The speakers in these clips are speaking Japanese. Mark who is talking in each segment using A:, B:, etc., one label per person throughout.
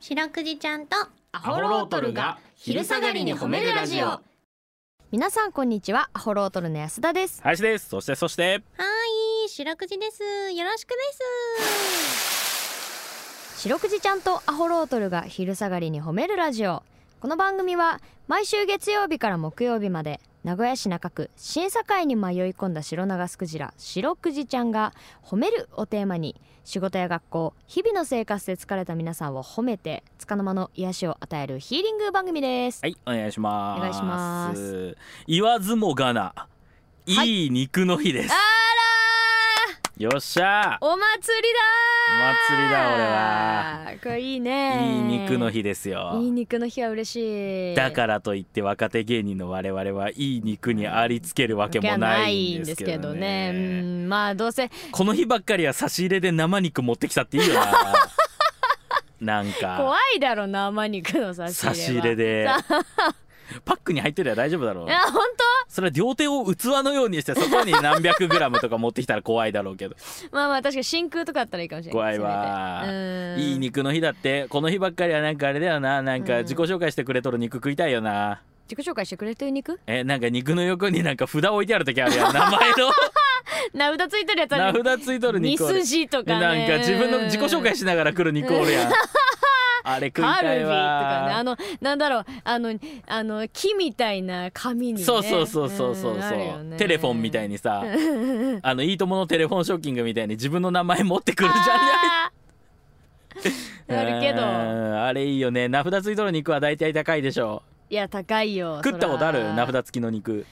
A: 白くじちゃんとア
B: ホロートルが昼下がりに褒めるラジオ
C: 皆さんこんにちはアホロートルの安田です
D: 林ですそしてそして
A: はい白くじですよろしくです
C: 白くじちゃんとアホロートルが昼下がりに褒めるラジオこの番組は毎週月曜日から木曜日まで名古屋市中区審査会に迷い込んだ白長スクジラ白くじちゃんが「褒める」をテーマに仕事や学校日々の生活で疲れた皆さんを褒めて束の間の癒しを与えるヒーリング番組です
D: はいお願いします
C: お願いします
D: 言わずもがな、、
C: はい
D: い肉の日です
C: あ
D: よっしゃ
C: らーお祭りだー
D: お祭りだ俺は
C: これいいね
D: いい肉の日ですよ
C: いい肉の日は嬉しい
D: だからといって若手芸人の我々はいい肉にありつけるわけもないんですけど
C: じゃな
D: ね
C: いんですけどねうんまあどうせ
D: この日ばっかりは差し入れで生肉持ってきたっていいよ ななん
C: 怖
D: か
C: いだろ生肉の差し入れ
D: 差
C: は
D: し入れ でパックに入ってるや大丈夫だろう
C: あ本
D: それは両手を器のようにしてそこに何百グラムとか持ってきたら怖いだろうけど
C: 当まあまあ確かに真空とかあったらいいかもしれない
D: 怖いわ
C: せめてうん
D: いい肉の日だってこの日ばっかりはなんかあれだよななん
C: う
D: か
C: ん
D: 自己紹介してくれとる肉食いたいよな
C: 自己紹介してくれてる肉
D: えなんか肉の横になんか札置いてある時あるやん名 前の
C: 名札ついてるやつある
D: 名札ついとる
C: 二
D: 肉おる
C: 筋と
D: で
C: か
D: なん
C: ね
D: か自分の自己紹介しながら来る肉おるやん あれ食い
C: カル
D: た
C: ビ
D: い
C: とかねあ
D: わ
C: のなんだろうあのあの木みたいな紙にね
D: そうそうそうそうそう
C: うん
D: そ
C: あるよ
D: う
C: ね
D: テレフォンみたいに さあのいいとものテレフォンショッキングみたいに自分の名前持って くるじゃん
C: あーあるけ
D: う
C: ど
D: んあれいいよね名札ついとる肉は大体高いでしょ
C: いや高いよ
D: 食ったことあ
C: そ
D: る
C: ら
D: 名札付きの肉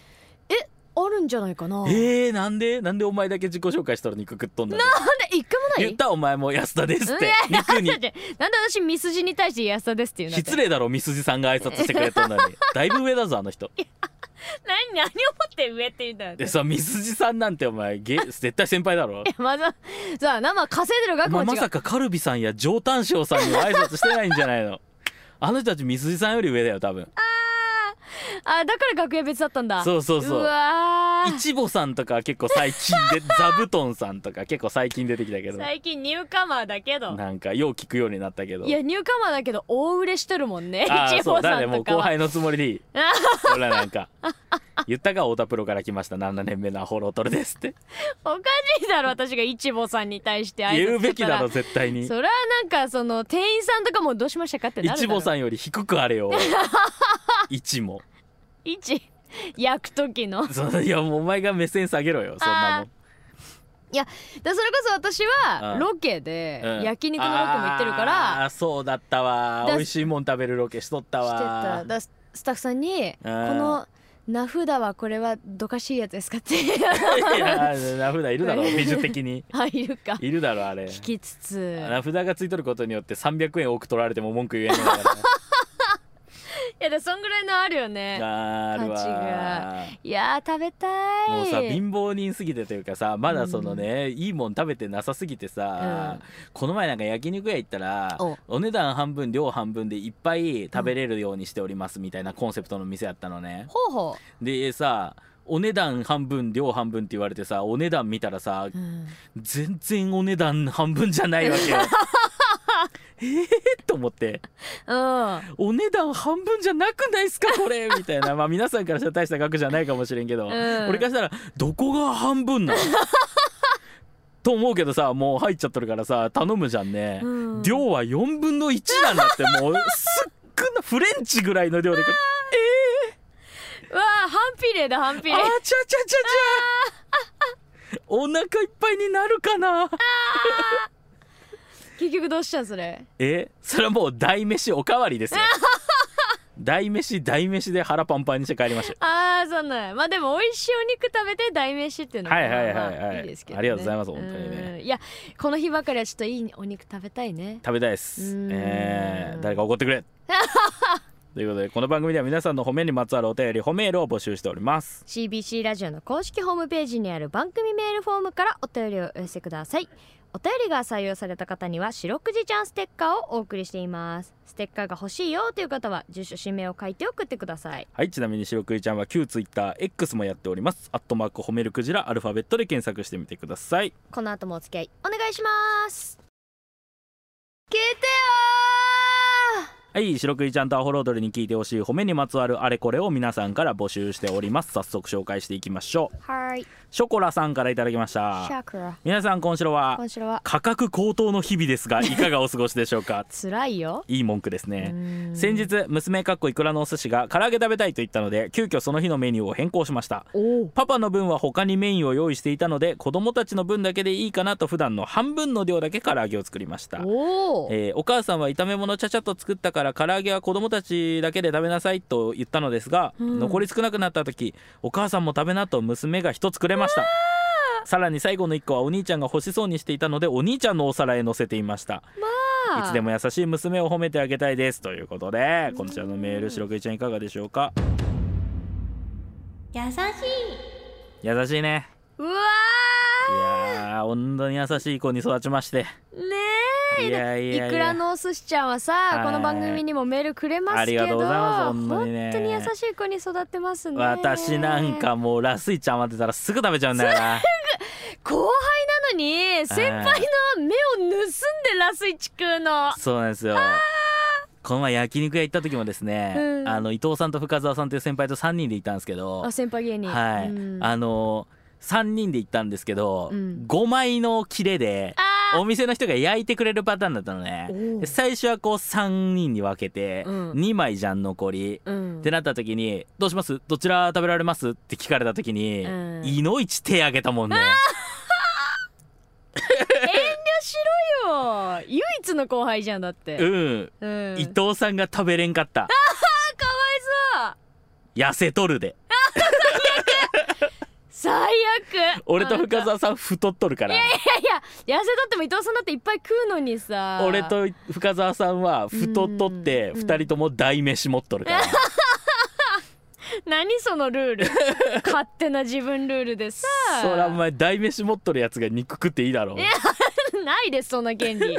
C: あるんじゃないかななんで
D: えー、なんでなんでお前だけ自己紹介したら肉食っとんだよ
C: 一回もない
D: 言ったお前も安田ですって
C: うん
D: 肉に
C: だってなんで私ミスジに対して安田ですっていうの
D: 失礼だろみすじさんが挨拶してくれとんだに だいぶ上だぞあの人
C: 何何をもって上って言ったん
D: で
C: です
D: さみすじさんなんてお前げ絶対先輩だ ろ
C: まださあ生稼いでる額
D: ま
C: も違う、
D: まさかカルビさんや上タン塩さんには挨拶してないんじゃないの あの人たちみすじさんより上だよ多分
C: あだから楽屋別だったんだ
D: そうそうそう
C: わー
D: いちぼさんとかは結構最近 で座布団さんとか結構最近出てきたけど
C: 最近ニューカマーだけど
D: なんかよう聞くようになったけど
C: いやニューカマーだけど大売れしてるもんね
D: あ
C: 一
D: あそ
C: 坊
D: うだ
C: さ
D: ね
C: ん
D: もう
C: とか
D: 後
C: は
D: 輩のつもりでいいほらなんか言ったか太田プロから来ました7年目のアホロトルですって
C: おかしいだろ私が一坊さんに対して挨拶
D: 言うべきだろ
C: し
D: 絶対
C: たら
D: に
C: それはなんかその店員さんとかもどうしましたかってなる
D: 一坊さ
C: ん
D: んより低くあ れよ一も
C: 一焼く時の
D: そのいやもうお前が目線下げろよそんなもん
C: でそれこそ私
D: う
C: は
D: ん
C: ロケで
D: うん
C: 焼肉のロケも行ってるから、
D: あーそうだったわ
C: だ
D: 美味しいもん食べるロケしとった
C: してた
D: わ
C: だススタッフさんに「
D: う
C: こ
D: ん
C: の名札はこれはどかしいやつですか?」っ て
D: いや名札いるだろ 美術的に
C: 入るか
D: いるだろあれ
C: 聞きつつ
D: 名札がついとることによって300円多く取られても文句言えないからね
C: いやでもそんぐらいのあるよね
D: あー ある
C: 価値
D: わ
C: がいやー食べたい
D: もうさ貧乏人すぎてというかさまだそのね、いいもん食べてなさすぎてさ、
C: う
D: この前なんか焼肉屋行ったら
C: お
D: お値段半分量半分でいっぱい食べれるようにしておりますみたいなコンセプトの店やったのね。
C: ほうほ
D: でさお値段半分量半分って言われてさお値段見たらさ
C: う、うん
D: 全然お値段半分じゃないわけ よ。ええと思って
C: うん
D: お値段半分じゃなくないっすかこれみ たいなまあ皆さんからしたら大した額じゃないかもしれんけど、
C: ん
D: 俺からしたらどこが半分なの と思うけどさもう入っちゃっとるからさ頼むじゃんね、
C: うん
D: 量は4分の1なんだってもうすっくなフレンチぐらいの量で
C: うわー反比例だ反比
D: あーち
C: 例
D: ゃちゃちゃちゃお腹いっぱいになるかな
C: 結局どうしたんそれ
D: えそれはもう大飯おかわりです よ大飯大飯で腹パンパンにして帰りましたよ
C: あーそんなんまあでも美味しいお肉食べて代名詞っていうのも
D: はいはいはいはい
C: まあまあいいですけど、ね、
D: ありがとうございます本当にね
C: うんいやこの日ばかりはちょっといいお肉食べたいね
D: 食べたいで
C: う
D: す
C: ーん
D: えー、誰か怒ってく れということでこの番組では皆さんの褒めにまつわるお便り褒めールを募集しております
C: CBC ラジオの公式ホームページにある番組メールフォームからお便りをお寄せくださいお便りが採用された方には「白くじちゃんステッカー」をお送りしていますステッカーが欲しいよという方は住所氏名を書いて送ってください
D: はいちなみに白くじちゃんは旧 TwitterX もやっておりますアットマーク褒めるクジラアルファベットで検索してみてください
C: この後もお付き合いお願いします聞いてよー
D: はい白クイちゃんとアホロードルに聞いてほしい褒めにまつわるあれこれを皆さんから募集しております早速紹介していきましょう
C: はい
D: ショコラさんからいただきました
C: シャクラ
D: 皆さん今週は
C: 今週は
D: 価格高騰の日々ですがいかがお過ごしでしょうか
C: 辛いよ
D: いい文句ですね
C: うん
D: 先日娘かっこいくらのお寿司が唐揚げ食べたいと言ったので急遽その日のメニューを変更しました
C: おお
D: パパの分は他にメインを用意していたので子供たちの分だけでいいかなと普段の半分の量だけ唐揚げを作りました
C: おお
D: えーお母さんは炒め物ちゃちゃっと作ったから唐揚げは子供たちだけで食べなさいと言ったのですが、
C: うん
D: 残り少なくなった時お母さんも食べなと娘が一つくれましたさらに最後の1個はお兄ちゃんが欲しそうにしていたのでお兄ちゃんのお皿へ乗せていましたいつでも優しい娘を褒めてあげたいですということでこちらのメール白くいちゃんいかがでしょうか
A: 優し
D: 優しいね
C: うわ
D: いやー本当に優しい子に育ちまして
C: ーねえ
D: いやいやいや
C: いくらのお寿司ちゃんはさ
D: はい
C: この番組にもメールくれますけど
D: ありがとうございます本当にね
C: 本当に優しい子に育ってますね
D: 私なんかもうラスイちゃん待ってたらすぐ食べちゃうんだよな
C: 後輩なのに 先輩の目を盗んでラスイチくんの
D: そうなんですよ。この前焼肉屋行った時もですね、
C: うん
D: あの伊藤さんと深澤さんという先輩と3人で行ったんですけど、
C: あ先輩芸人
D: はい、
C: うん
D: あの3人で行ったんですけど、
C: うん
D: 5枚の切れで
C: あー
D: お店の人が焼いてくれるパターンだったのね
C: おー
D: で最初はこう3人に分けて
C: うん
D: 2枚じゃん残り、
C: うん
D: ってなった時に「どうしますどちら食べられます?」って聞かれた時に、
C: うん
D: いのいち手挙げたもんね。
C: よ唯一の後輩じゃんだって
D: うん、
C: うん
D: 伊藤さんが食べれんかった
C: そう
D: 痩せとるで
C: 最悪
D: 俺と
C: あんた
D: 深澤さん太っとるから
C: いや痩せとっても伊藤さんだっていっぱい食うのにさ
D: 俺と深澤さんは太っとって
C: うん
D: 2人とも大飯持っとる から
C: 何そのル ール勝手な自分ルールでさ
D: そりゃお前大飯持っとるやつが肉食っていいだろう
C: ないですそんな原 理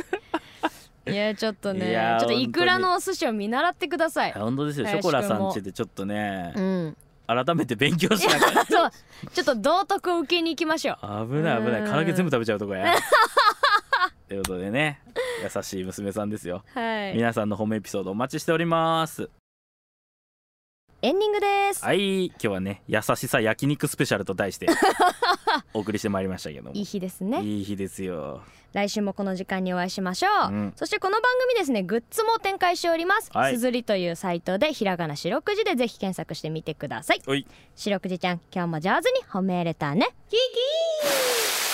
C: いやちょっとね
D: いや
C: ち
D: 本
C: ょっと
D: 当に
C: いくらのお寿司を見習ってください
D: 本当ですよショコラさんちでちょっとね
C: うん
D: 改めて勉強しなきゃ
C: そうちょっと道徳を受けに行きましょう
D: 危ない危ない
C: うん
D: 唐揚げ全部食べちゃうとこ やということでね優しい娘さんですよ
C: はい
D: 皆さんの褒めエピソードお待ちしております
C: エンディングです
D: はい今日はね優しさ焼肉スペシャルと題 してお送りしてまいりましたけども
C: いい日ですね
D: いい日ですよ
C: 来週もこの時間にお会いしましょ
D: う
C: う、
D: ん
C: そしてこの番組ですねグッズも展開しております、
D: はい
C: すずりというサイトでひらがな四六時でぜひ検索してみてください
D: おい
C: 四六時ちゃん今日も上手に褒めれたねキキー